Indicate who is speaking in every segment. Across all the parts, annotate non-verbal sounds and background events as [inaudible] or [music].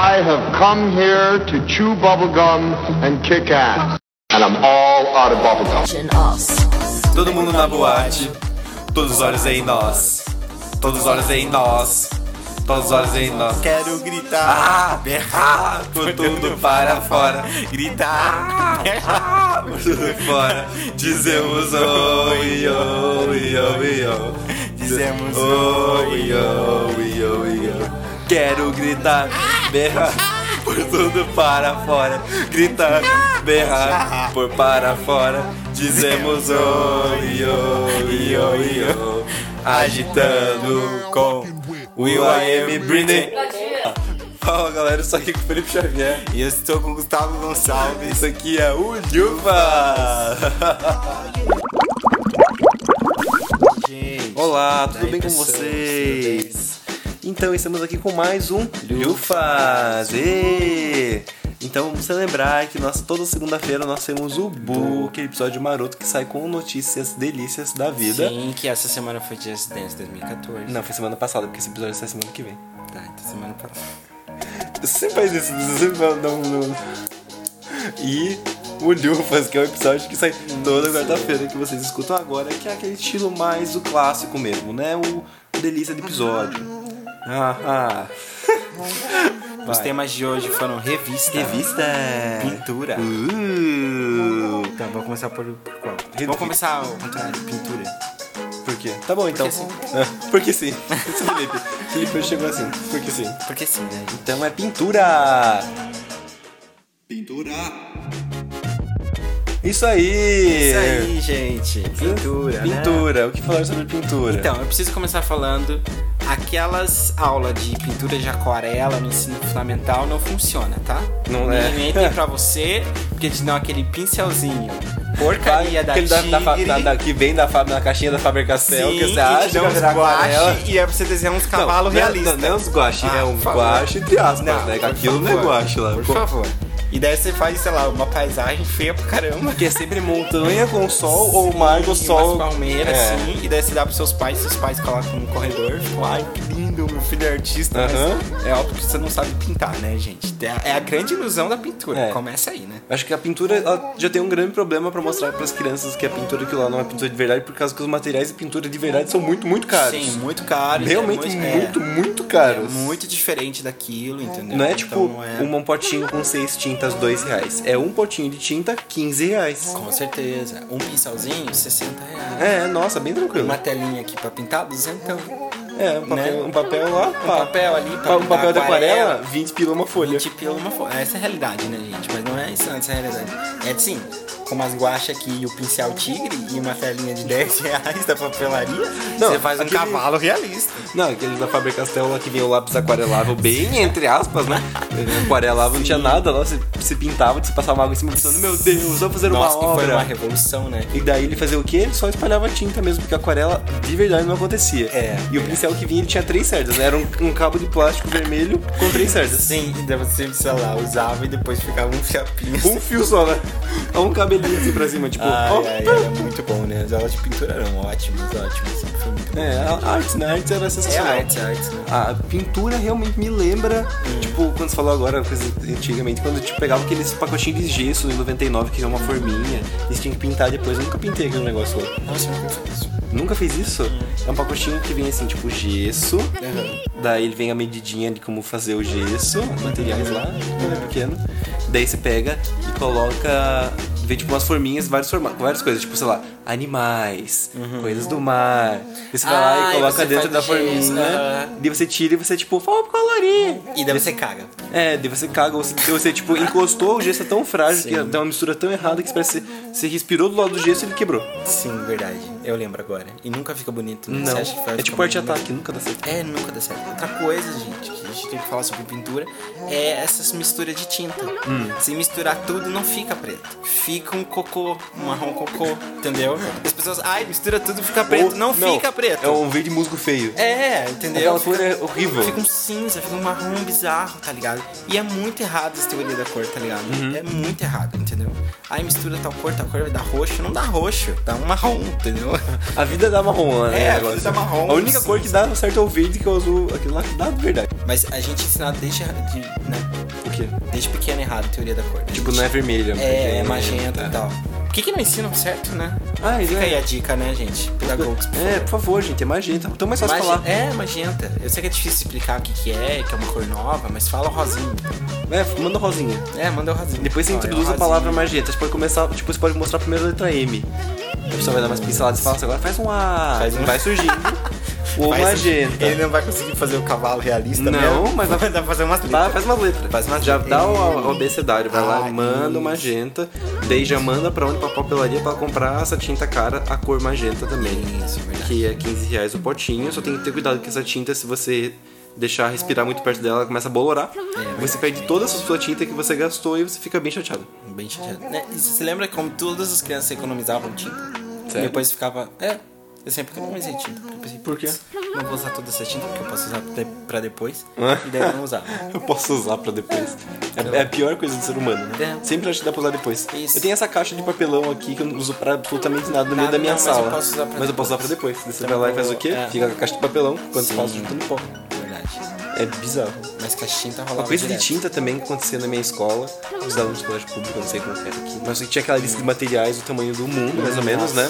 Speaker 1: I have come here to chew bubblegum and kick ass. And I'm all out of bubblegum.
Speaker 2: Todo mundo na boate, todos os olhos em nós. Todos os olhos em nós. Todos os olhos em nós. Quero gritar, berrar, por tudo para fora. Gritar, berrar, por tudo fora. Dizemos oi, oi, oi, oi. Dizemos oi, oi, oi, oi. Quero gritar, berrar, [laughs] por tudo para fora. Gritar, berrar, por para fora. Dizemos oi, oi, oi, oi. Agitando com Will I Am Britney. Fala galera, eu sou aqui com o Felipe Xavier. E eu estou com o Gustavo Gonçalves. Isso aqui é o Dilva. Olá, tudo bem com vocês? Então, estamos aqui com mais um Lufas! Ê! Então, precisa lembrar que nós, toda segunda-feira nós temos o Bu, aquele episódio maroto que sai com notícias delícias da vida.
Speaker 3: Sim, que essa semana foi Just Dance 2014.
Speaker 2: Não, foi semana passada, porque esse episódio sai semana que vem.
Speaker 3: Tá, então semana passada.
Speaker 2: Você faz isso, você não, não, não. E o Lufas, que é o episódio que sai toda quarta-feira que vocês escutam agora, que é aquele estilo mais o clássico mesmo, né? O delícia de episódio. Ah, ah. [laughs]
Speaker 3: Os temas de hoje foram revista. É.
Speaker 2: Revista!
Speaker 3: Pintura.
Speaker 2: Uh,
Speaker 3: Então, vou começar por, por qual?
Speaker 2: Re-
Speaker 3: Vou começar ao contrário, pintura.
Speaker 2: por quê? Tá bom então. Ah, Porque sim. [laughs] Esse Felipe. Felipe hoje chegou assim. Porque sim.
Speaker 3: Porque sim, né?
Speaker 2: Então é pintura!
Speaker 1: Pintura.
Speaker 2: Isso aí!
Speaker 3: Isso aí, gente. É. Pintura. né?
Speaker 2: Pintura. O que falaram sobre pintura?
Speaker 3: Então, eu preciso começar falando. Aquelas aulas de pintura de aquarela no ensino fundamental não funciona, tá?
Speaker 2: Não é.
Speaker 3: Ninguém tem pra você, porque eles dão aquele pincelzinho. Porcaria da
Speaker 2: Aquele da, da, fa-
Speaker 3: Tigre.
Speaker 2: da- da- que vem da, fa- na caixinha da Faber Castell, que você acha que
Speaker 3: dá
Speaker 2: vai
Speaker 3: uns
Speaker 2: virar aquarela.
Speaker 3: guache e é pra você desenhar uns cavalos
Speaker 2: não, é-
Speaker 3: realistas.
Speaker 2: Não, não é uns guache,
Speaker 3: Ah,
Speaker 2: é um
Speaker 3: por favor.
Speaker 2: guache entre aspas,
Speaker 3: Não,
Speaker 2: né?
Speaker 3: por
Speaker 2: Aquilo não é
Speaker 3: favor.
Speaker 2: guache lá.
Speaker 3: Por
Speaker 2: pô.
Speaker 3: favor. E daí você faz, sei lá, uma paisagem feia pra caramba.
Speaker 2: Porque é sempre montanha com sol ou um mar com sol.
Speaker 3: Umas palmeiras,
Speaker 2: É.
Speaker 3: assim. E daí você dá pros seus pais, seus pais colocam no corredor. Tipo, ai, que lindo, meu filho é artista. Mas
Speaker 2: Aham.
Speaker 3: é óbvio que você não sabe pintar, né, gente? É a- É a grande ilusão da pintura.
Speaker 2: É.
Speaker 3: Começa aí, né?
Speaker 2: Acho que a pintura ela já tem um grande problema pra mostrar pras crianças que a pintura que lá não é pintura de verdade, por causa que os materiais de pintura de verdade são muito, muito caros.
Speaker 3: Sim, muito caro.
Speaker 2: Realmente
Speaker 3: é
Speaker 2: muito,
Speaker 3: é,
Speaker 2: muito
Speaker 3: é
Speaker 2: caros.
Speaker 3: muito diferente daquilo, entendeu?
Speaker 2: Não é tipo
Speaker 3: Então, não é-
Speaker 2: um potinho com seis tintas, dois reais. É um potinho de tinta, 15 reais.
Speaker 3: Com certeza. Um pincelzinho, 60 reais.
Speaker 2: É, nossa, bem tranquilo.
Speaker 3: Uma telinha aqui pra pintar, duzentão. Um
Speaker 2: É, um papel,
Speaker 3: Né?
Speaker 2: um papel lá, pá.
Speaker 3: papel ali pra
Speaker 2: Pa- um
Speaker 3: pintar
Speaker 2: papel da aquarela, 20 pila uma folha.
Speaker 3: 20 pila uma folha. Essa é a realidade, né, gente? Mas não é isso, essa é a realidade. É sim, com umas guaxas aqui e o pincel tigre e uma telinha de 10 reais da papelaria,
Speaker 2: Não,
Speaker 3: você faz um
Speaker 2: aquele-
Speaker 3: cavalo realista.
Speaker 2: Não, aquele da Faber Castell lá que vinha o lápis aquarelável, bem entre aspas, né? Aquarelável não tinha nada lá, você, você pintava, você passava água em cima pensando, meu Deus, vou fazer
Speaker 3: Nossa,
Speaker 2: uma
Speaker 3: que foi
Speaker 2: obra.
Speaker 3: uma revolução, né?
Speaker 2: E daí ele fazia o quê? Ele só espalhava tinta mesmo, porque a aquarela de verdade não acontecia.
Speaker 3: É.
Speaker 2: E o pincel que vinha ele tinha três cerdas, né? Era um, um cabo de plástico vermelho com três cerdas.
Speaker 3: Sim, e daí você, sei lá, usava e depois ficava um fiapinho.
Speaker 2: Um fio só, né? Ó, Um cabelinho assim pra cima, tipo,
Speaker 3: Ai,
Speaker 2: ó.
Speaker 3: ai, era muito bom, né? As aulas de pintura eram ótimas, ótimas. Sempre foi muito bom.
Speaker 2: É, a arte, né? A arte era
Speaker 3: É
Speaker 2: sensacional.
Speaker 3: arte, é arte, né?
Speaker 2: A pintura realmente me lembra, tipo, quando você falou agora, coisa antigamente, quando tipo, pegava aqueles pacotinhos de gesso em 99, que é uma forminha, e você tinha que pintar depois. Eu nunca pintei aquele negócio lá.
Speaker 3: Nossa, eu nunca fiz isso.
Speaker 2: Nunca fez isso? É um pacotinho que vem assim, tipo, gesso, daí ele vem a medidinha de como fazer o gesso, os materiais lá, né, pequeno. Daí você pega e coloca. Vem tipo umas forminhas, vários forma- várias coisas, tipo, sei lá, animais, coisas do mar. Daí você vai
Speaker 3: Ah,
Speaker 2: lá
Speaker 3: e
Speaker 2: e coloca
Speaker 3: Uhum. você
Speaker 2: dentro da
Speaker 3: faz o
Speaker 2: forminha,
Speaker 3: gesso, aham.
Speaker 2: daí você tira e você, tipo, vamos colorir.
Speaker 3: E daí você caga.
Speaker 2: É, daí você caga, ou você, ou você, tipo, encostou, o gesso é tão frágil, que dá uma mistura tão errada que parece que você- você respirou do lado do gesso e ele quebrou.
Speaker 3: Sim, verdade. Eu lembro agora. E nunca fica bonito, né?
Speaker 2: Não,
Speaker 3: Você acha que vai
Speaker 2: é
Speaker 3: ficar
Speaker 2: tipo arte
Speaker 3: bonito, né?
Speaker 2: ataque, nunca dá certo.
Speaker 3: É, nunca dá certo. Outra coisa, gente, que a gente tem que falar sobre pintura é essas misturas de tinta.
Speaker 2: Hum.
Speaker 3: Se misturar tudo, não fica preto. Fica um cocô, um marrom cocô, entendeu? As pessoas, ai, mistura tudo, fica preto.
Speaker 2: Ou-
Speaker 3: não, fica preto.
Speaker 2: É um verde musgo feio.
Speaker 3: É, entendeu?
Speaker 2: Aquela cor é horrível.
Speaker 3: Fica um cinza, fica um marrom bizarro, tá ligado? E é muito errado essa teoria da cor, tá ligado?
Speaker 2: Uhum.
Speaker 3: É muito errado, entendeu? Aí mistura tal cor, tal cor, vai dar roxo. Não dá roxo, dá um marrom, entendeu? [laughs]
Speaker 2: A vida dá marrom, né?
Speaker 3: É, a
Speaker 2: negócio?
Speaker 3: vida dá marrom.
Speaker 2: um A única cor que dá certo é o verde, que é o azul. Aquilo lá que dá de verdade.
Speaker 3: Mas a gente é ensinado desde, de, né,
Speaker 2: O quê?
Speaker 3: desde pequeno errado a teoria da cor. né?
Speaker 2: Tipo, não é vermelha.
Speaker 3: É,
Speaker 2: é
Speaker 3: magenta e tal. Por que, que não ensinam certo, né?
Speaker 2: Ah,
Speaker 3: Fica
Speaker 2: é.
Speaker 3: aí a dica, né, gente? Pedagogos, por
Speaker 2: É, por favor, gente, é magenta. Então é mais fácil
Speaker 3: Magi-
Speaker 2: falar.
Speaker 3: É, magenta. Eu sei que é difícil explicar o que, que é, que é uma cor nova, mas fala o rosinho.
Speaker 2: É, manda rosinha.
Speaker 3: É, manda o rosinho.
Speaker 2: Depois você
Speaker 3: Ó, é o
Speaker 2: introduz a
Speaker 3: rosinho.
Speaker 2: palavra magenta. Você pode começar, tipo, você pode mostrar primeiro a letra M. A pessoa vai dar umas pinceladas e fala assim, agora faz um A.
Speaker 3: Faz um-
Speaker 2: Vai [laughs]
Speaker 3: [laughs]
Speaker 2: surgindo. o
Speaker 3: Faz- um
Speaker 2: magenta.
Speaker 3: Ele não vai conseguir fazer o cavalo realista,
Speaker 2: Não, [laughs]
Speaker 3: mesmo.
Speaker 2: mas dá-
Speaker 3: dá pra fazer umas
Speaker 2: Tá,
Speaker 3: letras.
Speaker 2: faz uma letra.
Speaker 3: Faz uma
Speaker 2: já
Speaker 3: letra.
Speaker 2: dá o, o abecedário, vai lá,
Speaker 3: Ah,
Speaker 2: manda o magenta, daí já manda pra onde? Pra papelaria pra comprar essa tinta cara, a cor magenta também.
Speaker 3: Isso, verdade.
Speaker 2: Que é 15 reais o potinho, só tem que ter cuidado que essa tinta, se você deixar respirar muito perto dela, ela começa a bolorar. você perde toda essa sua tinta que você gastou e você fica bem chateado.
Speaker 3: Bem chateado. Né? E você lembra como todas as crianças economizavam tinta?
Speaker 2: Sério?
Speaker 3: Depois ficava. É, eu sempre economizei tinta. porque eu pensei,
Speaker 2: Por quê?
Speaker 3: "Putz, Não vou usar toda essa tinta porque eu posso usar de- pra depois.
Speaker 2: Hã?
Speaker 3: e daí eu não usava.
Speaker 2: [laughs] Eu posso usar pra depois. É, é a pior coisa do ser humano, né?
Speaker 3: É.
Speaker 2: Sempre acho que dá pra usar depois.
Speaker 3: Isso.
Speaker 2: Eu tenho essa caixa de papelão aqui que eu não uso pra absolutamente nada no meio da
Speaker 3: Nada,
Speaker 2: minha
Speaker 3: não, mas eu
Speaker 2: sala.
Speaker 3: posso usar pra
Speaker 2: Mas eu posso usar pra depois. Daí Você
Speaker 3: Então,
Speaker 2: vai lá e faz o quê?
Speaker 3: é.
Speaker 2: Fica com a caixa de papelão, quando
Speaker 3: Sim.
Speaker 2: faz juntando pó.
Speaker 3: Verdade.
Speaker 2: É bizarro.
Speaker 3: Mas que a tinta rolava.
Speaker 2: Uma coisa de
Speaker 3: direto.
Speaker 2: tinta também que acontecia na minha escola, os alunos do colégio público, eu não sei como que era aqui, mas tinha aquela lista de materiais do tamanho do mundo, mais ou menos, né?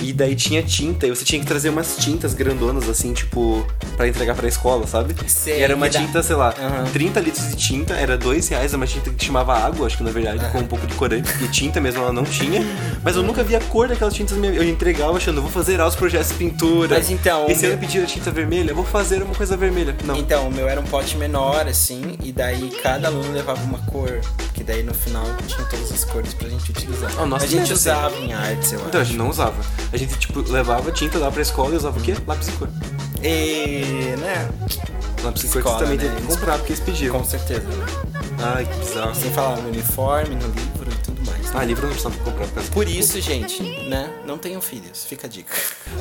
Speaker 2: E daí tinha tinta, e você tinha que trazer umas tintas grandonas, assim, tipo, pra entregar pra escola, sabe?
Speaker 3: Sei,
Speaker 2: e era uma
Speaker 3: que dá-
Speaker 2: tinta, sei lá,
Speaker 3: Aham.
Speaker 2: 30 litros de tinta, era dois reais, uma tinta que chamava água, acho que na verdade, com um pouco de corante, porque tinta mesmo ela não tinha, mas eu nunca vi a cor daquelas tintas, na minha- eu entregava achando, vou fazer aos projetos de pintura.
Speaker 3: Mas então,
Speaker 2: Esse
Speaker 3: o
Speaker 2: ano
Speaker 3: meu-
Speaker 2: pediram tinta vermelha, vou fazer uma coisa vermelha. Não.
Speaker 3: Então, o meu era um pote menor, assim, e daí cada aluno levava uma cor, que daí no final tinha todas as cores pra gente utilizar.
Speaker 2: Ah, nossa,
Speaker 3: a gente
Speaker 2: que merda,
Speaker 3: usava em artes, eu
Speaker 2: Então, a
Speaker 3: acho.
Speaker 2: gente não usava. A gente, tipo, levava tinta lá pra escola e usava o quê? Lápis de cor.
Speaker 3: E, né?
Speaker 2: Lápis de cor que
Speaker 3: Escola,
Speaker 2: você também
Speaker 3: né?
Speaker 2: teve que comprar, porque eles pediam.
Speaker 3: Com certeza.
Speaker 2: Ai, que bizarro.
Speaker 3: Sem falar no uniforme, no livro e tudo mais.
Speaker 2: Ah, livro não precisava comprar. por causa-
Speaker 3: Por isso, gente, né? Não tenham filhos, fica a dica.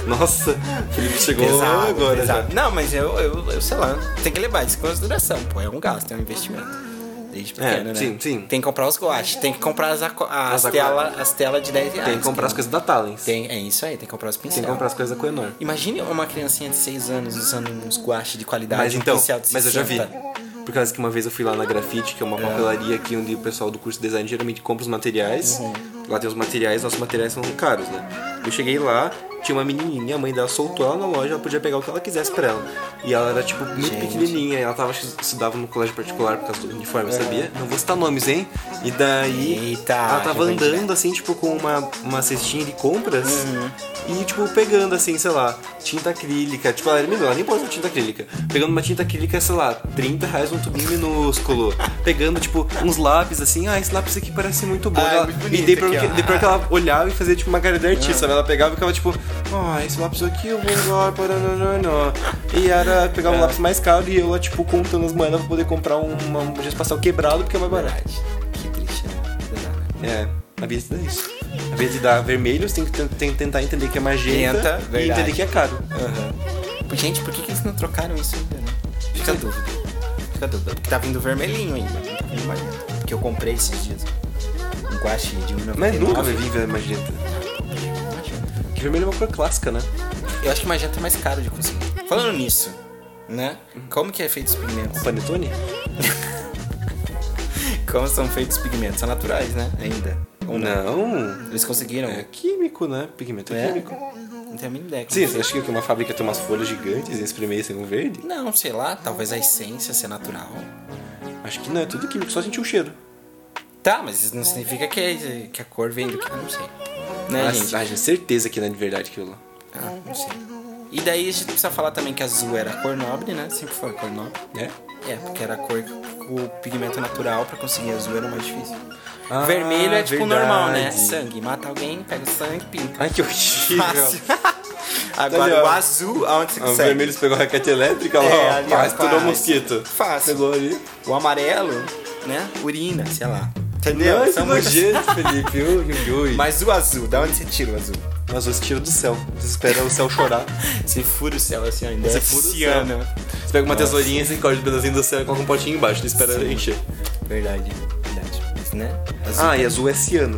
Speaker 2: Nossa, o Felipe chegou agora já.
Speaker 3: Não, mas eu, eu, eu sei lá, tem que levar isso em consideração, pô. É um gasto, é um investimento. Desde pequeno, né?
Speaker 2: É, sim, sim.
Speaker 3: Tem que comprar os guaches, tem que comprar as, aqua- as,
Speaker 2: aqua-
Speaker 3: tela, as telas de 10 reais.
Speaker 2: Tem que comprar as coisas da Talens. Tem
Speaker 3: Tem, é isso aí, tem que comprar os pincel.
Speaker 2: que comprar as coisas da Coenor.
Speaker 3: Imagine uma criancinha de 6 anos usando uns guache de qualidade,
Speaker 2: Mas
Speaker 3: um
Speaker 2: então,
Speaker 3: pincel de tá?
Speaker 2: mas eu já vi.
Speaker 3: 60.
Speaker 2: Por causa que uma vez eu fui lá na Grafite, que é uma papelaria aqui onde o pessoal do curso de design geralmente compra os materiais.
Speaker 3: Uhum.
Speaker 2: Lá tem os materiais, nossos materiais são caros, né? Eu cheguei lá, tinha uma menininha, a mãe dela soltou ela na loja, ela podia pegar o que ela quisesse pra ela. E ela era, tipo, muito pequenininha, ela tava, acho que estudava no colégio particular por causa do uniforme, sabia? Não vou citar nomes, hein? E daí,
Speaker 3: É. Eita,
Speaker 2: ela
Speaker 3: já
Speaker 2: tava
Speaker 3: vou
Speaker 2: andando andando, assim, tipo, com uma, uma cestinha de compras
Speaker 3: Uhum.
Speaker 2: e, tipo, pegando, assim, sei lá, tinta acrílica. Tipo, ela era menor, ela nem pode usar tinta acrílica. Pegando uma tinta acrílica, sei lá, 30 reais um tubinho minúsculo. pegando, tipo, uns lápis, assim, ah, esse lápis aqui parece muito bom.
Speaker 3: Ah, é
Speaker 2: Ela-
Speaker 3: muito
Speaker 2: e
Speaker 3: bonito
Speaker 2: dei pra, que,
Speaker 3: aqui, ó. Uhum.
Speaker 2: dei pra que ela olhava e fazia, tipo, uma cara de artista. sabe? Ela pegava e ficava, tipo, ah, esse lápis aqui eu vou usar para... não, não, não." E era pegar
Speaker 3: É.
Speaker 2: um lápis mais caro e eu lá, tipo, contando as moedas pra poder comprar um, uma- um gesso pastel quebrado porque é mais barato.
Speaker 3: Verdade. Que triste, né? Verdade.
Speaker 2: É, a vida dá isso. A vida dá vermelho, você tem que, ten- tem que tentar entender que é
Speaker 3: Tenta,
Speaker 2: magenta e
Speaker 3: verdade.
Speaker 2: entender que é caro.
Speaker 3: Aham. Gente, por que, que eles não trocaram isso ainda, né? Fica a dúvida. Fica a dúvida. Porque tá vindo vermelhinho ainda, não tá vindo magenta. Porque eu comprei esses dias um guache de 1999.
Speaker 2: Mas nunca vai vir ver magenta. Que vermelho é uma cor clássica, né?
Speaker 3: Eu acho que magenta é mais caro de conseguir. Falando nisso, né? Como que é feito os pigmentos? [laughs]
Speaker 2: O panetone?
Speaker 3: Como são feitos os pigmentos? São naturais, né? Ainda. Ou não?
Speaker 2: Não.
Speaker 3: Eles conseguiram.
Speaker 2: É químico, né? Pigmento é,
Speaker 3: É?
Speaker 2: químico.
Speaker 3: Não tenho a mínima ideia. como
Speaker 2: Sim, você acha que o quê? uma fábrica tem umas folhas gigantes e espremer isso em um verde?
Speaker 3: Não, sei lá, talvez a essência ser natural.
Speaker 2: Acho que não, é tudo químico, só sentir o cheiro.
Speaker 3: Tá, mas isso não significa que, que a cor vem do que. Eu não sei. Né,
Speaker 2: ah,
Speaker 3: gente?
Speaker 2: ah, gente, certeza que não é de verdade aquilo lá.
Speaker 3: Ah, não sei. E daí a gente precisa falar também que azul era a cor nobre, né? Sempre foi a cor nobre.
Speaker 2: É?
Speaker 3: É, porque era a cor que o pigmento natural pra conseguir azul era mais difícil.
Speaker 2: Ah,
Speaker 3: Vermelho é tipo normal, né?
Speaker 2: verdade.
Speaker 3: Sangue. Mata alguém, pega o sangue, pinta.
Speaker 2: Ai, que horrível.
Speaker 3: Fácil. [laughs] Agora
Speaker 2: Olha,
Speaker 3: o azul, aonde você
Speaker 2: Ah, O
Speaker 3: consegue?
Speaker 2: vermelho você pegou a raquete elétrica lá,
Speaker 3: É,
Speaker 2: ó,
Speaker 3: ali, ó,
Speaker 2: quase estourou o
Speaker 3: quase.
Speaker 2: mosquito.
Speaker 3: Fácil.
Speaker 2: Pegou ali.
Speaker 3: O amarelo, né? Urina, sei lá. Entendeu?
Speaker 2: Não, esse
Speaker 3: São muitas-
Speaker 2: nojento, Felipe. Ui, ui, ui.
Speaker 3: Mas o azul, da onde você tira o azul?
Speaker 2: Mas você tira do céu. Você espera o céu chorar.
Speaker 3: Você fura o céu assim, ó, ainda.
Speaker 2: Você
Speaker 3: é
Speaker 2: fura o
Speaker 3: ciano.
Speaker 2: Você pega uma tesourinha, você corta o pedacinho do céu e coloca um potinho embaixo. Você espera
Speaker 3: Sim.
Speaker 2: encher.
Speaker 3: Verdade, verdade. Mas, né? Azul.
Speaker 2: Ah, e azul é ciano.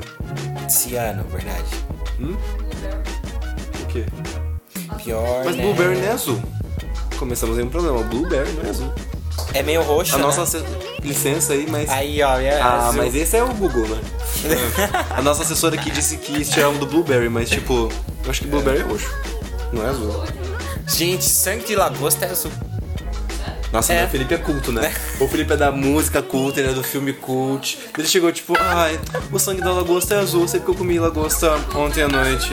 Speaker 3: Ciano, verdade.
Speaker 2: O quê?
Speaker 3: Pior.
Speaker 2: Mas né?
Speaker 3: né?
Speaker 2: blueberry não é azul. Começamos em um problema. Blueberry não é azul.
Speaker 3: É meio roxo,
Speaker 2: A
Speaker 3: né?
Speaker 2: nossa asse- licença aí, mas.
Speaker 3: Aí, ó, é
Speaker 2: Ah,
Speaker 3: azul.
Speaker 2: mas esse é o Google,
Speaker 3: [laughs]
Speaker 2: né? A nossa assessora aqui disse que tiraram do Blueberry, mas tipo, eu acho que Blueberry é roxo. Não é azul.
Speaker 3: Gente, sangue de lagosta é azul.
Speaker 2: Nossa,
Speaker 3: É.
Speaker 2: né, o Felipe é culto,
Speaker 3: [laughs]
Speaker 2: né? O Felipe é da música culta, ele é do filme cult. Ele chegou tipo, ai, o sangue da lagosta é azul, sei porque eu comi lagosta ontem à
Speaker 3: [laughs]
Speaker 2: noite.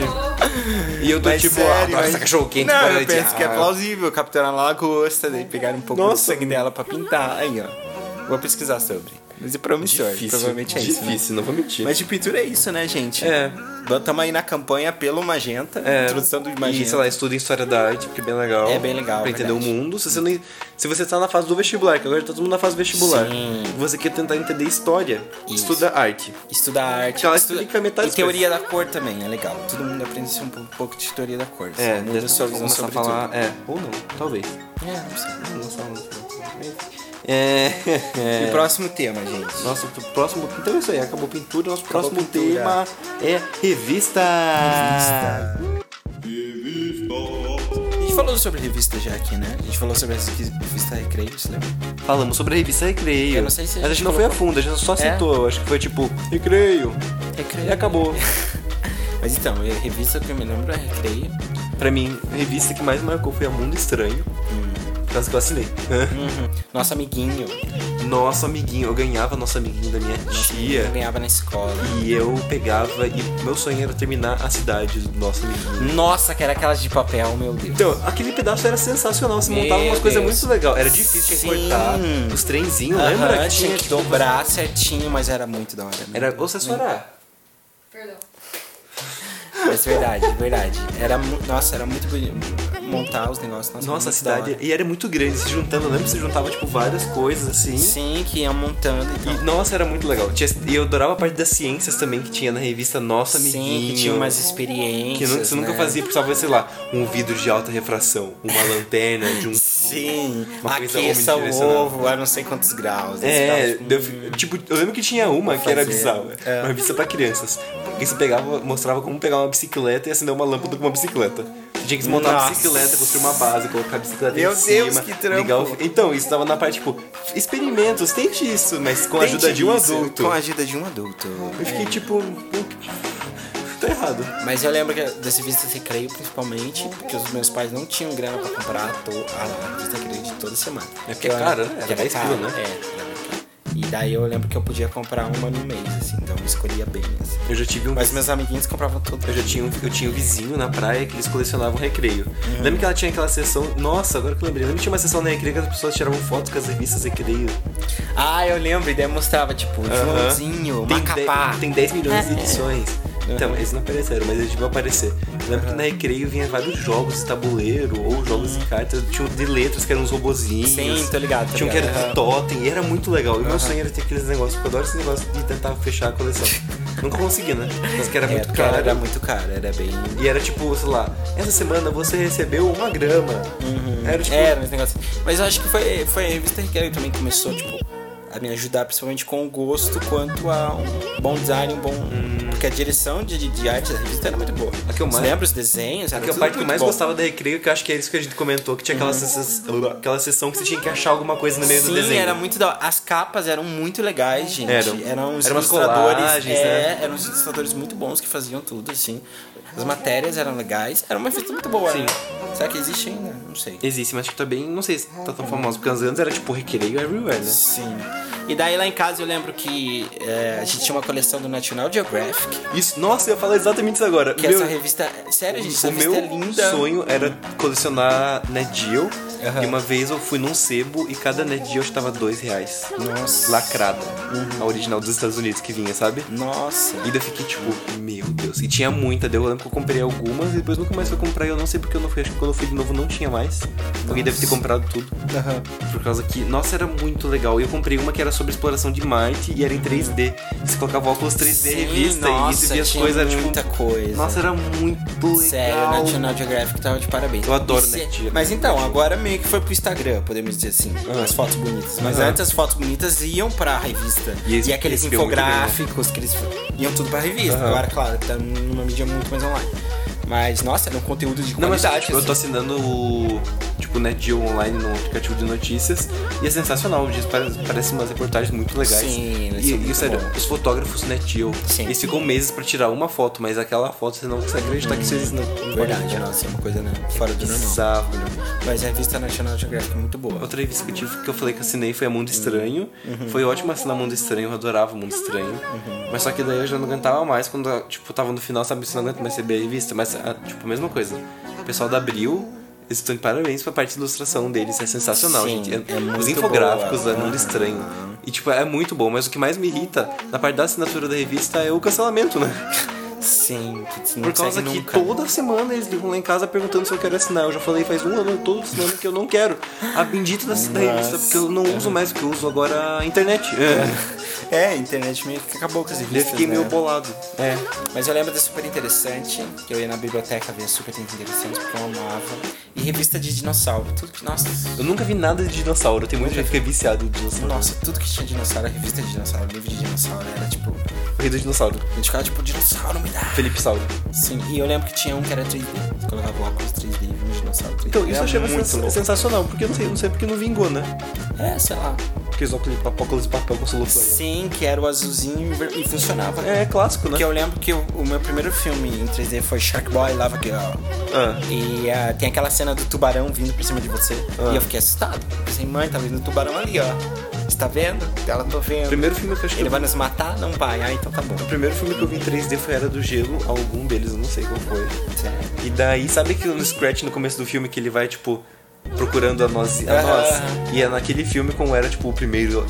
Speaker 2: E eu tô
Speaker 3: Mas tá
Speaker 2: tipo,
Speaker 3: sério,
Speaker 2: ah, nossa,
Speaker 3: mas-
Speaker 2: cachorro quente,
Speaker 3: Não,
Speaker 2: cara,
Speaker 3: eu penso que é
Speaker 2: ah,
Speaker 3: plausível. Capturar uma lagosta, daí pegar um pouco do
Speaker 2: Nossa.
Speaker 3: sangue dela pra pintar. Aí, ó. Vou pesquisar sobre. Mas é promissor,
Speaker 2: Difícil,
Speaker 3: provavelmente é isso. né?
Speaker 2: Difícil, não vou mentir.
Speaker 3: Mas de pintura é isso, né, gente?
Speaker 2: É.
Speaker 3: Estamos aí na campanha pelo Magenta, é, introdução do
Speaker 2: E, sei
Speaker 3: Magenta.
Speaker 2: lá, estuda em história da arte, porque é bem legal.
Speaker 3: É bem legal,
Speaker 2: Pra entender
Speaker 3: verdade.
Speaker 2: o mundo. Se você, não, se você tá na fase do vestibular, que agora tá todo mundo na fase do vestibular.
Speaker 3: Sim.
Speaker 2: Você quer tentar entender história,
Speaker 3: Isso.
Speaker 2: estuda arte.
Speaker 3: Estuda arte.
Speaker 2: Ela
Speaker 3: estuda-
Speaker 2: explica metade
Speaker 3: Então, E tá
Speaker 2: das
Speaker 3: teoria da cor também, é legal. Todo mundo aprende um pouco- pouco de teoria da cor. assim,
Speaker 2: É,
Speaker 3: muda a sua
Speaker 2: vamos
Speaker 3: visão
Speaker 2: começar a
Speaker 3: sobre
Speaker 2: falar. É, ou não, talvez.
Speaker 3: tudo. É, não sei.
Speaker 2: É. [laughs]
Speaker 3: E o próximo tema, gente.
Speaker 2: Nosso próximo. Então é isso aí, acabou pintura. Nosso
Speaker 3: Acabou
Speaker 2: próximo
Speaker 3: pintura.
Speaker 2: tema é revista.
Speaker 3: A gente falou sobre revista já aqui, né? A gente falou sobre essa revista né? Recreio, você lembra?
Speaker 2: Falamos sobre a revista Recreio.
Speaker 3: Eu não sei se a
Speaker 2: Mas a
Speaker 3: gente
Speaker 2: gente não foi a
Speaker 3: colocou.
Speaker 2: fundo, a gente só
Speaker 3: É?
Speaker 2: citou. Acho que foi tipo, Recreio.
Speaker 3: Recreio.
Speaker 2: E acabou.
Speaker 3: Mas então, a revista que eu me lembro é Recreio.
Speaker 2: Pra mim, a revista que mais marcou foi a Mundo Estranho.
Speaker 3: Hum.
Speaker 2: Por causa que eu assinei.
Speaker 3: Nosso amiguinho.
Speaker 2: [laughs] Nosso amiguinho, eu ganhava nosso amiguinho da minha
Speaker 3: Eu
Speaker 2: tia.
Speaker 3: ganhava na escola.
Speaker 2: E eu pegava, e meu sonho era terminar a cidade do nosso amiguinho.
Speaker 3: Nossa, que era aquelas de papel, meu Deus.
Speaker 2: Então, aquele pedaço era sensacional, se
Speaker 3: Meu
Speaker 2: montava umas coisas
Speaker 3: Deus.
Speaker 2: muito legal. Era difícil de
Speaker 3: Sim.
Speaker 2: cortar os trenzinhos, lembra?
Speaker 3: Aham,
Speaker 2: que
Speaker 3: tinha que
Speaker 2: tipo,
Speaker 3: dobrar certinho, mas era muito da hora. Né?
Speaker 2: Era ou assessorar.
Speaker 4: Perdão.
Speaker 3: Mas verdade, verdade. Era, mu- nossa, era muito bonito montar os negócios. Nossa,
Speaker 2: Nossa, a
Speaker 3: muito da hora.
Speaker 2: cidade. é E era muito grande, se juntando, lembra? que Se juntava, tipo, várias coisas assim.
Speaker 3: Sim, que ia montando e tal.
Speaker 2: E, nossa, era muito legal. Tinha- e eu adorava a parte das ciências também que tinha na revista Nossa Amiguinho.
Speaker 3: Sim, que tinha umas experiências.
Speaker 2: Que nu- você nunca
Speaker 3: né?
Speaker 2: fazia, precisava, sei lá, um vidro de alta refração, uma lanterna de um.
Speaker 3: Sim,
Speaker 2: Uma coisa
Speaker 3: aqueça o
Speaker 2: omnidirecional.
Speaker 3: ovo a não sei quantos graus.
Speaker 2: É,
Speaker 3: Esse grau,
Speaker 2: eu, fi- tipo, eu lembro que tinha uma que era
Speaker 3: fazer.
Speaker 2: bizarra,
Speaker 3: É.
Speaker 2: uma revista pra crianças. Porque você pegava, mostrava como pegar uma bicicleta e acender uma lâmpada com uma bicicleta. Você tinha que desmontar
Speaker 3: Nossa.
Speaker 2: a bicicleta, construir uma base, colocar a bicicleta
Speaker 3: Meu
Speaker 2: em
Speaker 3: Deus,
Speaker 2: cima.
Speaker 3: que trampo.
Speaker 2: ligar o- Então, isso tava na parte, tipo, experimentos, tente isso, mas com a
Speaker 3: Tente
Speaker 2: ajuda de um
Speaker 3: isso,
Speaker 2: adulto.
Speaker 3: Com a ajuda de um adulto.
Speaker 2: Eu fiquei tipo. Tô errado.
Speaker 3: Mas eu lembro que das revistas Recreio, principalmente, porque os meus pais não tinham grana pra comprar a, to- a revista Recreio de toda semana. Então,
Speaker 2: É porque é cara, né? Era 10
Speaker 3: caro,
Speaker 2: pila, né?
Speaker 3: É, era muito caro. E daí eu lembro que eu podia comprar uma no mês, assim, então eu escolhia bem, assim.
Speaker 2: Eu já tive um.
Speaker 3: Mas meus amiguinhos compravam tudo.
Speaker 2: Eu já tinha um, eu tinha um vizinho na praia que eles colecionavam recreio.
Speaker 3: Uhum.
Speaker 2: Lembra que ela tinha aquela sessão. Nossa, agora que eu lembrei. Lembra que tinha uma sessão na recreio que as pessoas tiravam fotos com as revistas recreio?
Speaker 3: Ah, eu lembro, e daí mostrava, tipo, Joãozinho,
Speaker 2: Tem
Speaker 3: Macapá. É.
Speaker 2: de- Tem 10 milhões de edições. Então, eles não apareceram, mas eles deviam aparecer. Eu lembro que na recreio vinha vários jogos de tabuleiro ou jogos de cartas. Tinha um de letras que eram uns robozinhos.
Speaker 3: Uhum. Sim, tô ligado, tô
Speaker 2: Tinha um que era
Speaker 3: ligado.
Speaker 2: de totem. E era muito legal. E meu sonho era ter aqueles negócios. Porque eu adoro esse negócio de tentar fechar a
Speaker 3: [laughs]
Speaker 2: coleção. Nunca consegui, né? Mas que era
Speaker 3: É,
Speaker 2: muito
Speaker 3: porque
Speaker 2: caro.
Speaker 3: Era muito caro, era bem
Speaker 2: E era tipo, sei lá, essa semana você recebeu uma grama.
Speaker 3: Uhum.
Speaker 2: Era tipo.
Speaker 3: Era esse negócio. Mas eu acho que foi, foi a revista Recreio também que começou, tipo, a me ajudar, principalmente com o gosto quanto a um bom design, um bom. Porque a direção de, de- de arte da revista era muito boa.
Speaker 2: Hum. A que eu
Speaker 3: Você
Speaker 2: mais-
Speaker 3: lembra os desenhos? Era
Speaker 2: Porque a
Speaker 3: tudo
Speaker 2: parte que eu
Speaker 3: muito
Speaker 2: mais
Speaker 3: bom.
Speaker 2: gostava da Recreio, que eu acho que é isso que a gente comentou, que tinha aquela, sessão, aquela sessão que você tinha que achar alguma coisa no meio
Speaker 3: Sim,
Speaker 2: do desenho.
Speaker 3: era muito da As capas eram muito legais, gente.
Speaker 2: Eram.
Speaker 3: uns
Speaker 2: Eram umas
Speaker 3: ilustradores.
Speaker 2: colagens, né?
Speaker 3: é, Eram uns ilustradores muito bons que faziam tudo, assim. As matérias eram legais. Era uma revista muito boa,
Speaker 2: Sim.
Speaker 3: né? Será que existe ainda? Não sei.
Speaker 2: Existe, mas tipo, também não sei se tá tão famoso, porque antes era tipo Recreio Everywhere, né?
Speaker 3: Sim. E daí lá em casa eu lembro que é, a gente tinha uma coleção do National Geographic.
Speaker 2: Isso, nossa, eu ia falar exatamente isso agora.
Speaker 3: Que
Speaker 2: Meu-
Speaker 3: essa revista. Sério, gente, essa
Speaker 2: o
Speaker 3: revista
Speaker 2: meu
Speaker 3: é linda.
Speaker 2: sonho era colecionar Ned Geo, e uma vez eu fui num sebo e cada Ned Geo estava dois reais.
Speaker 3: Nossa.
Speaker 2: Lacrada. A original dos Estados Unidos que vinha, sabe?
Speaker 3: Nossa.
Speaker 2: E daí eu fiquei tipo, meu Deus. E tinha muita, daí eu lembro que eu comprei algumas e depois nunca mais fui comprar. E eu não sei porque eu não fui. Acho que quando eu fui de novo não tinha mais. Alguém deve ter comprado tudo. Por causa que, nossa, era muito legal. E eu comprei uma que era sobre exploração de Marte e era em 3D. Você colocava óculos 3D revista e você
Speaker 3: nossa,
Speaker 2: via as
Speaker 3: tinha
Speaker 2: coisas, era,
Speaker 3: muita
Speaker 2: tipo.
Speaker 3: coisa.
Speaker 2: Nossa, era muito legal.
Speaker 3: Sério, né? National Geographic tava de parabéns.
Speaker 2: Eu adoro
Speaker 3: Isso é-
Speaker 2: Nat Geo.
Speaker 3: Mas então, agora meio que foi pro Instagram, podemos dizer assim.
Speaker 2: Ah.
Speaker 3: As fotos bonitas. Mas
Speaker 2: Aham.
Speaker 3: antes as fotos bonitas iam pra revista.
Speaker 2: E esse-
Speaker 3: aqueles
Speaker 2: esse deu muito bem, né?
Speaker 3: infográficos que eles iam tudo pra revista.
Speaker 2: Aham.
Speaker 3: Agora, claro, tá numa mídia muito mais online. Mas, nossa, era um conteúdo de
Speaker 2: Não, mas
Speaker 3: qualidade.
Speaker 2: tipo, eu tô
Speaker 3: assim.
Speaker 2: assinando o tipo Net Geo online no aplicativo de notícias e é sensacional, diz, pare- parece umas reportagens muito legais.
Speaker 3: Sim, eles
Speaker 2: e,
Speaker 3: são
Speaker 2: e
Speaker 3: muito
Speaker 2: sério,
Speaker 3: bons.
Speaker 2: os fotógrafos Net Geo,
Speaker 3: Sim.
Speaker 2: eles ficam meses pra tirar uma foto, mas aquela foto você não consegue acreditar que né? vocês não, não
Speaker 3: Verdade, né? nossa, é uma coisa né, fora do normal.
Speaker 2: Bizarro.
Speaker 3: Mas a revista National Geographic é muito boa.
Speaker 2: Outra revista que eu tive que eu falei que assinei foi a Mundo Estranho. Foi ótimo assinar Mundo Estranho, eu adorava Mundo Estranho. Mas só que daí eu já não aguentava mais quando, tipo, tava no final, sabe? Você não aguenta mais receber a revista. Mas, ah, tipo, a mesma coisa. O pessoal da Abril, eles estão de parabéns pra parte de ilustração deles. É sensacional,
Speaker 3: Sim,
Speaker 2: gente.
Speaker 3: é
Speaker 2: Os
Speaker 3: muito
Speaker 2: infográficos
Speaker 3: boa.
Speaker 2: da Mundo Estranho. E, tipo, é muito bom. Mas o que mais me irrita na parte da assinatura da revista é o cancelamento, né?
Speaker 3: Sim, que não
Speaker 2: Por causa
Speaker 3: consegue
Speaker 2: que
Speaker 3: nunca.
Speaker 2: toda semana eles ligam lá em casa perguntando se eu quero assinar. Eu já falei faz um ano, todo semana que eu não quero. A bendita da, da revista, porque eu não uso mais, porque eu uso agora a internet.
Speaker 3: É, a internet meio que acabou com as
Speaker 2: Daí Eu É,
Speaker 3: revistas.
Speaker 2: fiquei
Speaker 3: né?
Speaker 2: meio bolado.
Speaker 3: É, mas eu lembro da Super Interessante, que eu ia na biblioteca ver Super Interessante, porque eu amava. E revista de dinossauro, tudo que. Nossa,
Speaker 2: Eu nunca vi nada de dinossauro. Tem muita gente que fica viciado em dinossauro.
Speaker 3: nossa, tudo que tinha dinossauro, a revista de dinossauro, o livro de dinossauro, era tipo.
Speaker 2: O rei do dinossauro.
Speaker 3: A gente ficava tipo, dinossauro me dá!
Speaker 2: Felipe Sauro.
Speaker 3: Sim, e eu lembro que tinha um que era 3D. Você colocava o óculos 3D e vinha um dinossauro 3D.
Speaker 2: Então, isso eu
Speaker 3: Era
Speaker 2: achei
Speaker 3: muito
Speaker 2: sensa-
Speaker 3: louco.
Speaker 2: sensacional, porque eu não sei, não sei porque não vingou, né?
Speaker 3: É, sei lá.
Speaker 2: Porque os óculos de papel, óculos de papel com celofane.
Speaker 3: Sim, que era o azulzinho e ver- e funcionava.
Speaker 2: É, é clássico, né?
Speaker 3: Porque eu lembro que o, o meu primeiro filme em 3D foi Shark Boy Lava Girl.
Speaker 2: Ah.
Speaker 3: E ah, tem aquela cena do tubarão vindo pra cima de você.
Speaker 2: Ah.
Speaker 3: E eu fiquei assustado. Pensei, mãe, tá vindo o tubarão ali, ó. Você tá vendo? Ela tô vendo.
Speaker 2: Primeiro filme que eu acho que
Speaker 3: Ele
Speaker 2: eu
Speaker 3: vai nos matar? Não vai. Ah, então tá bom.
Speaker 2: O primeiro filme que eu vi em 3D foi Era do Gelo, algum deles, eu não sei qual foi. E daí, sabe que no Scratch, no começo do filme, que ele vai, tipo, procurando a nós, a
Speaker 3: Aham.
Speaker 2: nós? E é naquele filme, como era, tipo, o primeiro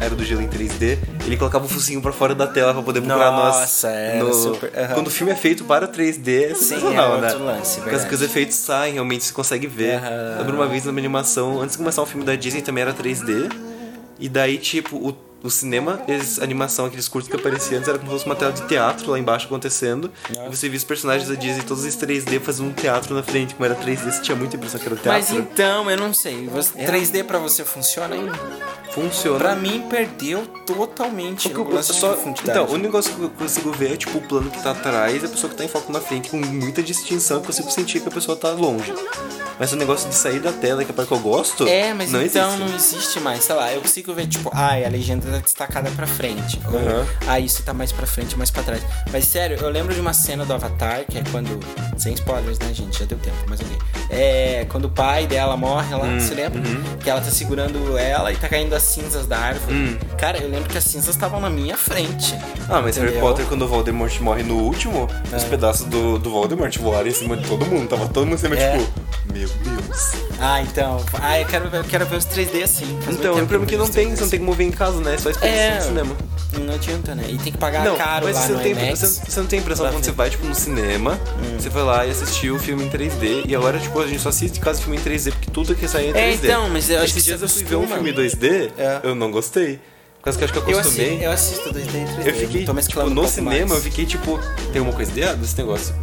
Speaker 2: Era do Gelo em 3D, ele colocava o focinho pra fora da tela pra poder procurar nós.
Speaker 3: Nossa, era super- aham.
Speaker 2: Quando o filme é feito para 3D, é
Speaker 3: Sim,
Speaker 2: sensacional,
Speaker 3: é
Speaker 2: né?
Speaker 3: outro lance,
Speaker 2: Porque as-
Speaker 3: verdade.
Speaker 2: que os efeitos saem, realmente se consegue ver.
Speaker 3: Aham.
Speaker 2: Lembro uma vez numa animação, antes de começar o filme da Disney também era 3D. E daí, tipo, o, o cinema, eles, a animação, aqueles curtos que apareciam antes, era como se fosse uma tela de teatro lá embaixo acontecendo. E você via os personagens da Disney, todos os 3D, fazendo um teatro na frente. Como era 3D, você tinha muita impressão que era teatro.
Speaker 3: Mas então, eu não sei. Você- 3D pra você funciona ainda?
Speaker 2: Funciona.
Speaker 3: Pra mim, perdeu totalmente.
Speaker 2: Porque eu-
Speaker 3: o lance de
Speaker 2: só-
Speaker 3: profundidade.
Speaker 2: então, o negócio que eu consigo ver é tipo o plano que tá atrás e a pessoa que tá em foco na frente, com muita distinção, eu consigo sentir que a pessoa tá longe. Mas o negócio de sair da tela, que é para que eu gosto,
Speaker 3: É, mas
Speaker 2: não
Speaker 3: então
Speaker 2: existe.
Speaker 3: não existe mais, sei lá, eu consigo ver, tipo, ai, a legenda tá destacada pra frente. Ou,
Speaker 2: Aham.
Speaker 3: ah, isso tá mais pra frente, mais pra trás. Mas sério, eu lembro de uma cena do Avatar, que é quando. Sem spoilers, né, gente? Já deu tempo, mas ok. É. Quando o pai dela morre,
Speaker 2: Hum,
Speaker 3: ela se lembra?
Speaker 2: uhum.
Speaker 3: Que ela tá segurando ela e tá caindo as cinzas da árvore.
Speaker 2: Hum.
Speaker 3: Cara, eu lembro que as cinzas estavam na minha frente.
Speaker 2: Ah, mas Harry
Speaker 3: Entendeu?
Speaker 2: Potter, quando o Voldemort morre no último, os pedaços do, do Voldemort voaram em cima de todo mundo. Tava todo mundo em cima,
Speaker 3: É.
Speaker 2: tipo, meu Deus.
Speaker 3: Ah, então. Ah, eu quero, ver- eu quero ver os 3D assim. Faz muito
Speaker 2: Então, é um
Speaker 3: tempo
Speaker 2: problema
Speaker 3: eu
Speaker 2: que
Speaker 3: vi
Speaker 2: não
Speaker 3: os
Speaker 2: tem,
Speaker 3: 3D
Speaker 2: você não tem como ver em casa, né? É só experiência
Speaker 3: É,
Speaker 2: no cinema.
Speaker 3: Não adianta, né? E tem que pagar
Speaker 2: Não,
Speaker 3: caro
Speaker 2: mas
Speaker 3: lá
Speaker 2: você
Speaker 3: no
Speaker 2: não, tem,
Speaker 3: IMAX.
Speaker 2: você, não- você não tem impressão
Speaker 3: Pra
Speaker 2: quando
Speaker 3: ver. Hum.
Speaker 2: você vai, tipo, no cinema, você vai lá e assistiu o filme em 3D, e agora, tipo, a gente só assiste quase filme em 3D, porque tudo que sai é 3D.
Speaker 3: É, então, mas eu acho
Speaker 2: Esses
Speaker 3: que
Speaker 2: dias
Speaker 3: você
Speaker 2: eu fui ver um
Speaker 3: acostuma.
Speaker 2: filme 2D,
Speaker 3: É.
Speaker 2: eu não gostei. Por causa que eu acho que eu
Speaker 3: Eu assisto,
Speaker 2: acostumei.
Speaker 3: eu assisto 2D e 3D.
Speaker 2: Eu fiquei,
Speaker 3: tô
Speaker 2: tipo,
Speaker 3: mesclando um
Speaker 2: no
Speaker 3: pouco
Speaker 2: cinema,
Speaker 3: mais.
Speaker 2: eu fiquei, tipo, tem alguma coisa de errado nesse negócio?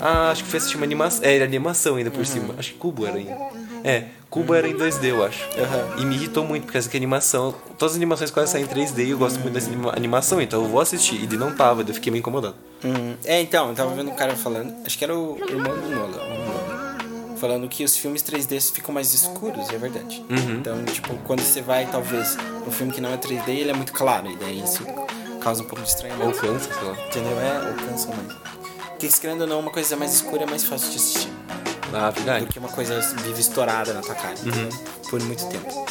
Speaker 2: Ah, acho que foi assistir uma animação. É, era animação ainda por cima.
Speaker 3: Uhum.
Speaker 2: Acho que Cubo era ainda. É, Cubo era em 2D, eu acho.
Speaker 3: Aham.
Speaker 2: E me irritou muito, porque essa que animação. Todas as animações quase saem em 3D e eu gosto muito dessa anima- animação, então eu vou assistir. E de não tava, daí eu fiquei meio incomodado.
Speaker 3: Hum, É, então, eu tava vendo um cara falando, acho que era o irmão do Nola, o Nolan, falando que os filmes 3D ficam mais escuros, e é verdade.
Speaker 2: Uhum.
Speaker 3: Então, tipo, quando você vai, talvez, um filme que não é 3D, ele é muito claro, e daí isso causa um pouco de
Speaker 2: Ou
Speaker 3: estranhamento.
Speaker 2: cansa, sei lá.
Speaker 3: Entendeu? É, ou cansa mais. Porque, se querendo ou não, uma coisa mais escura é mais fácil de assistir
Speaker 2: Ah, verdade.
Speaker 3: do que uma coisa viva estourada na tua cara, entendeu? por muito tempo.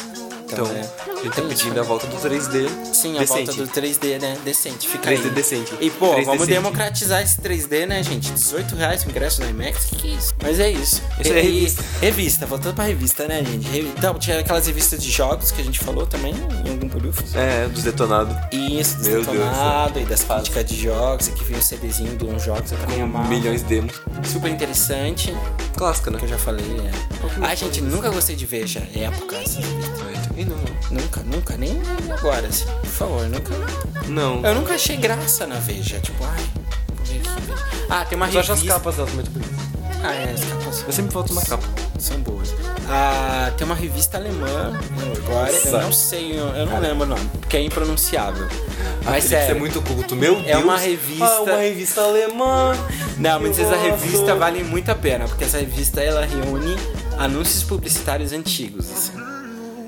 Speaker 3: Então,
Speaker 2: Uhum. Então,
Speaker 3: é.
Speaker 2: a gente tá pedindo a volta do 3D.
Speaker 3: Sim, a
Speaker 2: decente.
Speaker 3: volta do 3D, né? Decente, fica
Speaker 2: 3D
Speaker 3: aí.
Speaker 2: decente.
Speaker 3: E pô,
Speaker 2: 3D
Speaker 3: vamos
Speaker 2: decente.
Speaker 3: democratizar esse 3D, né, gente? 18 reais o ingresso no IMAX, que, que é isso? Mas é isso.
Speaker 2: Isso é
Speaker 3: E-
Speaker 2: revista.
Speaker 3: Revista, voltando pra revista, né, gente? Revi- Então, tinha aquelas revistas de jogos que a gente falou também em algum bolufo.
Speaker 2: É, dos detonados.
Speaker 3: E Isso,
Speaker 2: Meu Deus, é.
Speaker 3: detonado, e das críticas de jogos, e que vinha um CDzinho de uns jogos, eu também amava.
Speaker 2: Milhões de demos.
Speaker 3: Super interessante,
Speaker 2: Clássica, né?
Speaker 3: que eu já falei, é. Ah, gente, nunca gostei de ver já épocas.
Speaker 2: E não.
Speaker 3: Nunca, nunca, nem agora, assim. Por favor, nunca.
Speaker 2: Não.
Speaker 3: Eu nunca achei graça na Veja, tipo, ai, vou ver aqui. Veja. Ah, tem uma
Speaker 2: Só acho as
Speaker 3: revista.
Speaker 2: capas delas muito bonitas.
Speaker 3: Ah, é, as capas
Speaker 2: Eu sempre falto uma capa.
Speaker 3: são boas. Ah, tem uma revista alemã agora, eu
Speaker 2: Nossa.
Speaker 3: não sei, eu eu não lembro o nome, porque é impronunciável. Mas
Speaker 2: Felipe, você é
Speaker 3: sério.
Speaker 2: muito culto, meu Deus.
Speaker 3: É uma revista-
Speaker 2: Ah, uma revista alemã.
Speaker 3: Não, mas essa
Speaker 2: Eu
Speaker 3: revista
Speaker 2: gosto.
Speaker 3: vale muito a pena, porque essa revista ela reúne anúncios publicitários antigos, assim.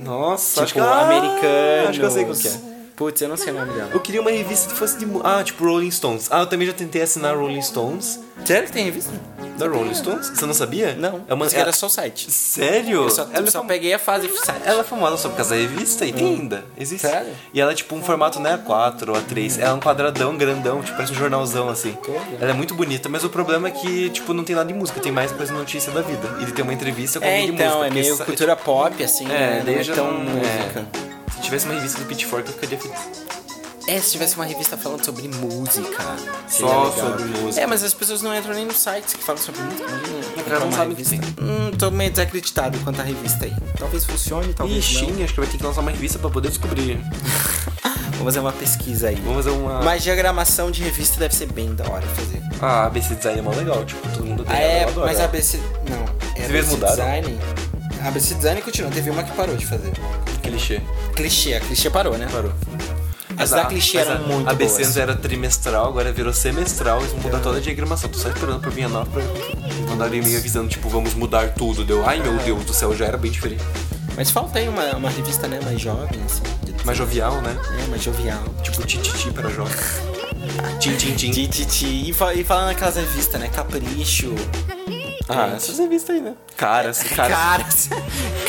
Speaker 2: Nossa, acho que
Speaker 3: tipo,
Speaker 2: Ah,
Speaker 3: americanos.
Speaker 2: Acho que eu sei qual que é.
Speaker 3: Putz, eu não sei o nome dela.
Speaker 2: Eu queria uma revista que fosse de. mu- Ah, tipo Rolling Stones. Ah, eu também já tentei assinar Rolling Stones.
Speaker 3: Sério que tem revista?
Speaker 2: Da Rolling Stones? Você não sabia?
Speaker 3: Não,
Speaker 2: É uma...
Speaker 3: isso que era só o site.
Speaker 2: Sério?
Speaker 3: Eu só,
Speaker 2: ela, é
Speaker 3: só
Speaker 2: fam-
Speaker 3: peguei a fase do site.
Speaker 2: ela é famosa só por causa da revista e tem ainda. Existe.
Speaker 3: Hum. Sério? Hum.
Speaker 2: E ela é tipo um formato, né? A4 ou A3. Ela é um quadradão grandão, tipo, parece um jornalzão assim.
Speaker 3: Olha.
Speaker 2: Ela é muito bonita, mas o problema é que, tipo, não tem nada de música, tem mais coisa de notícia da vida. E tem uma entrevista com
Speaker 3: É,
Speaker 2: alguém de
Speaker 3: então,
Speaker 2: música.
Speaker 3: é
Speaker 2: porque
Speaker 3: meio
Speaker 2: sa-
Speaker 3: cultura pop, assim,
Speaker 2: É,
Speaker 3: né?
Speaker 2: daí
Speaker 3: não é
Speaker 2: eu já
Speaker 3: tão
Speaker 2: não- é.
Speaker 3: música.
Speaker 2: Se tivesse uma revista do Pitchfork, eu ficaria feliz.
Speaker 3: É, se tivesse uma revista falando sobre música.
Speaker 2: Só
Speaker 3: seria legal.
Speaker 2: sobre música.
Speaker 3: É, mas as pessoas não entram nem nos sites que falam sobre música. Imagina. comprar
Speaker 2: não
Speaker 3: uma
Speaker 2: sabe o que
Speaker 3: revista. Hum, tô meio desacreditado quanto à revista aí. Talvez funcione, talvez
Speaker 2: Ixi,
Speaker 3: [laughs] não.
Speaker 2: acho que vai ter que lançar uma revista pra poder descobrir.
Speaker 3: Vamos fazer uma pesquisa aí.
Speaker 2: Vamos fazer uma.
Speaker 3: Mas diagramação de revista deve ser bem da hora fazer.
Speaker 2: Ah, ABC Design é mó legal, tipo, todo mundo tem.
Speaker 3: Ah, é,
Speaker 2: eu adoro
Speaker 3: mas a
Speaker 2: ela.
Speaker 3: ABC... Não, é
Speaker 2: Vocês
Speaker 3: ABC
Speaker 2: mudaram?
Speaker 3: Design... A ABC Design continua, teve uma que parou de fazer.
Speaker 2: Clichê.
Speaker 3: Clichê, a clichê parou, né?
Speaker 2: Parou.
Speaker 3: As da clichê
Speaker 2: mas
Speaker 3: eram
Speaker 2: a-
Speaker 3: muito
Speaker 2: A ABC
Speaker 3: boas.
Speaker 2: antes era trimestral, agora virou semestral. Eles vão mudar toda a diagramação. Tô só esperando pra vir a nova pra mandar um e-mail avisando, tipo, vamos mudar tudo. Deu, ai meu Deus do céu, já era bem diferente.
Speaker 3: Mas falta aí uma, uma revista, né, mais jovem, assim. de-
Speaker 2: Mais jovial, né?
Speaker 3: É, mais jovial.
Speaker 2: Tipo, tititi para jovem. Tim, tim, tim.
Speaker 3: Ti, ti, ti. E, fa- e falando aquelas revistas, né? Capricho.
Speaker 2: Ah, essas revistas aí, né? Caras, caras.
Speaker 3: Caras.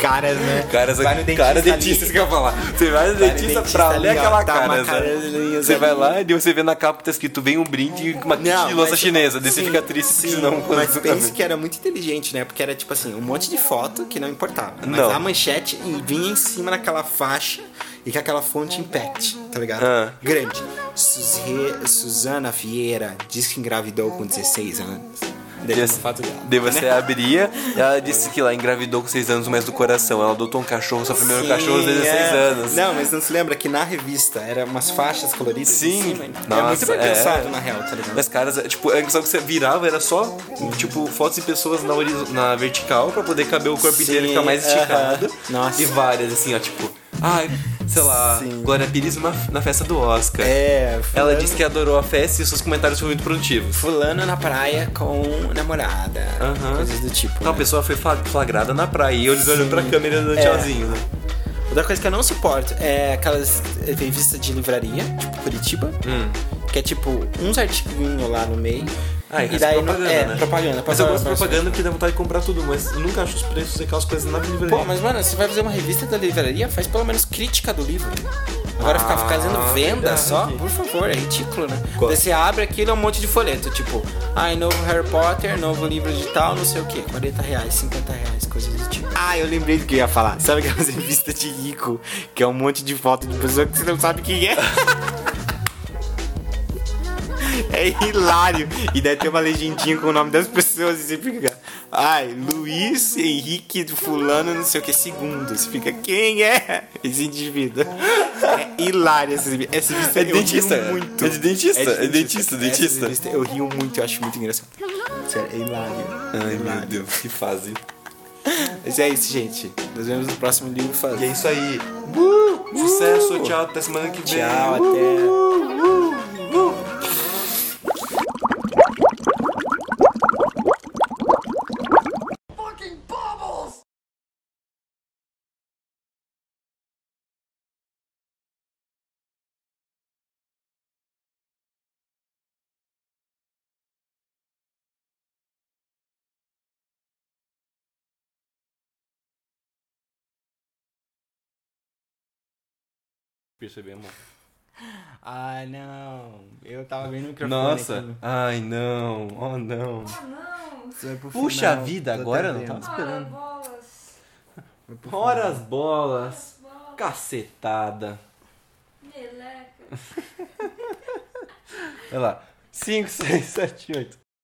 Speaker 3: [laughs] Caras, né?
Speaker 2: Caras
Speaker 3: Vai no
Speaker 2: aqui, cara
Speaker 3: dentista
Speaker 2: dentista,
Speaker 3: ali.
Speaker 2: isso que eu ia falar. Você vai no
Speaker 3: Vai no
Speaker 2: dentista
Speaker 3: dentista
Speaker 2: pra ler
Speaker 3: ali, ó,
Speaker 2: aquela
Speaker 3: dá uma
Speaker 2: cara. né?
Speaker 3: carelinha
Speaker 2: Você vai
Speaker 3: ali.
Speaker 2: lá e você vê na capa tá escrito vem um brinde e uma
Speaker 3: Não,
Speaker 2: louça
Speaker 3: mas-
Speaker 2: chinesa. Daí você
Speaker 3: sim,
Speaker 2: fica triste se
Speaker 3: sim,
Speaker 2: não
Speaker 3: Mas pense que é era muito inteligente, né? Porque era tipo assim, um monte de foto que não importava. Mas
Speaker 2: Não.
Speaker 3: a manchete e vinha em cima naquela faixa e com aquela fonte impact, tá ligado?
Speaker 2: Ah.
Speaker 3: Grande. Suze- Suzana Vieira diz que engravidou com 16 anos. Daí
Speaker 2: Yes.
Speaker 3: no fato dela.
Speaker 2: Daí você abria, ela disse que lá engravidou com 6 anos, mas do coração. Ela adotou um cachorro, seu primeiro
Speaker 3: Sim,
Speaker 2: cachorro aos 16
Speaker 3: é.
Speaker 2: anos.
Speaker 3: Não, mas não se lembra que na revista eram umas faixas coloridas?
Speaker 2: Sim.
Speaker 3: em cima? é
Speaker 2: Nossa,
Speaker 3: muito bem
Speaker 2: é.
Speaker 3: pensado na real, tá ligado?
Speaker 2: Mas caras, é, tipo, a impressão que você virava era só, tipo, fotos e pessoas na, horiz- na vertical pra poder caber o corpo
Speaker 3: Sim,
Speaker 2: inteiro e ficar mais esticado.
Speaker 3: aham. Nossa.
Speaker 2: E várias, assim, ó, tipo, ai, sei lá,
Speaker 3: Sim.
Speaker 2: Glória Pires na, na festa do Oscar.
Speaker 3: É,
Speaker 2: Ela
Speaker 3: fulano-
Speaker 2: disse que adorou a festa e seus comentários foram muito produtivos.
Speaker 3: Fulano na praia com namorada.
Speaker 2: Aham.
Speaker 3: Coisas do tipo.
Speaker 2: Tal
Speaker 3: né?
Speaker 2: pessoa foi fa- flagrada na praia e eles olham pra câmera dando
Speaker 3: É.
Speaker 2: tchauzinho, né?
Speaker 3: Outra coisa que eu não suporto é aquelas revistas de livraria, tipo Curitiba,
Speaker 2: Hum.
Speaker 3: que é tipo uns artiguinhos lá no meio.
Speaker 2: Ah,
Speaker 3: e daí não- é, propaganda.
Speaker 2: Mas eu
Speaker 3: pra-
Speaker 2: gosto de
Speaker 3: pra-
Speaker 2: propaganda porque dá vontade de comprar tudo, mas nunca acho os preços e aquelas coisas na livraria.
Speaker 3: Pô, mas mano, você vai fazer uma revista da livraria, faz pelo menos crítica do livro. Agora
Speaker 4: Ah,
Speaker 3: ficar ficar fazendo venda
Speaker 2: verdade.
Speaker 3: só, por favor, é ridículo, né?
Speaker 2: Gosto.
Speaker 3: Daí Você abre aquilo, é um monte de folheto, tipo, ai, novo Harry Potter, novo livro de tal, não sei o que, 40 reais, 50 reais, coisas do tipo.
Speaker 4: Ah, eu lembrei do que eu ia falar. Sabe aquelas [laughs] revistas de rico, que é um monte de foto de pessoa que você não sabe quem é? É hilário. E daí tem uma legendinha com o nome das pessoas e você fica. Ai, Luiz Henrique Fulano, não sei o que, segundo. Você fica, quem é esse indivíduo? É hilário essa revista. Essa revista
Speaker 2: É
Speaker 4: eu rio
Speaker 2: dentista, é.
Speaker 4: muito.
Speaker 2: É de dentista, é dentista,
Speaker 4: Essa
Speaker 2: dentista.
Speaker 4: revista Eu rio muito, eu acho muito engraçado. Sério, é hilário.
Speaker 2: Ai, meu Deus, que fase.
Speaker 4: Mas é isso, gente.
Speaker 3: Nos vemos no próximo livro
Speaker 2: E é
Speaker 3: fazer.
Speaker 2: isso aí. Uh, Sucesso, tchau, até semana que vem. Uh.
Speaker 3: Tchau, até.
Speaker 2: Percebemos.
Speaker 4: Ah, não. Eu tava vendo o microfone.
Speaker 2: Nossa, ai não, oh não.
Speaker 5: Não!
Speaker 2: Puxa vida, agora eu não tava
Speaker 5: Ora,
Speaker 2: esperando.
Speaker 5: bolas!
Speaker 2: Ora as bolas,
Speaker 5: Bolas!
Speaker 2: cacetada.
Speaker 5: Meleca!
Speaker 2: Vai lá, 5, 6, 7, 8.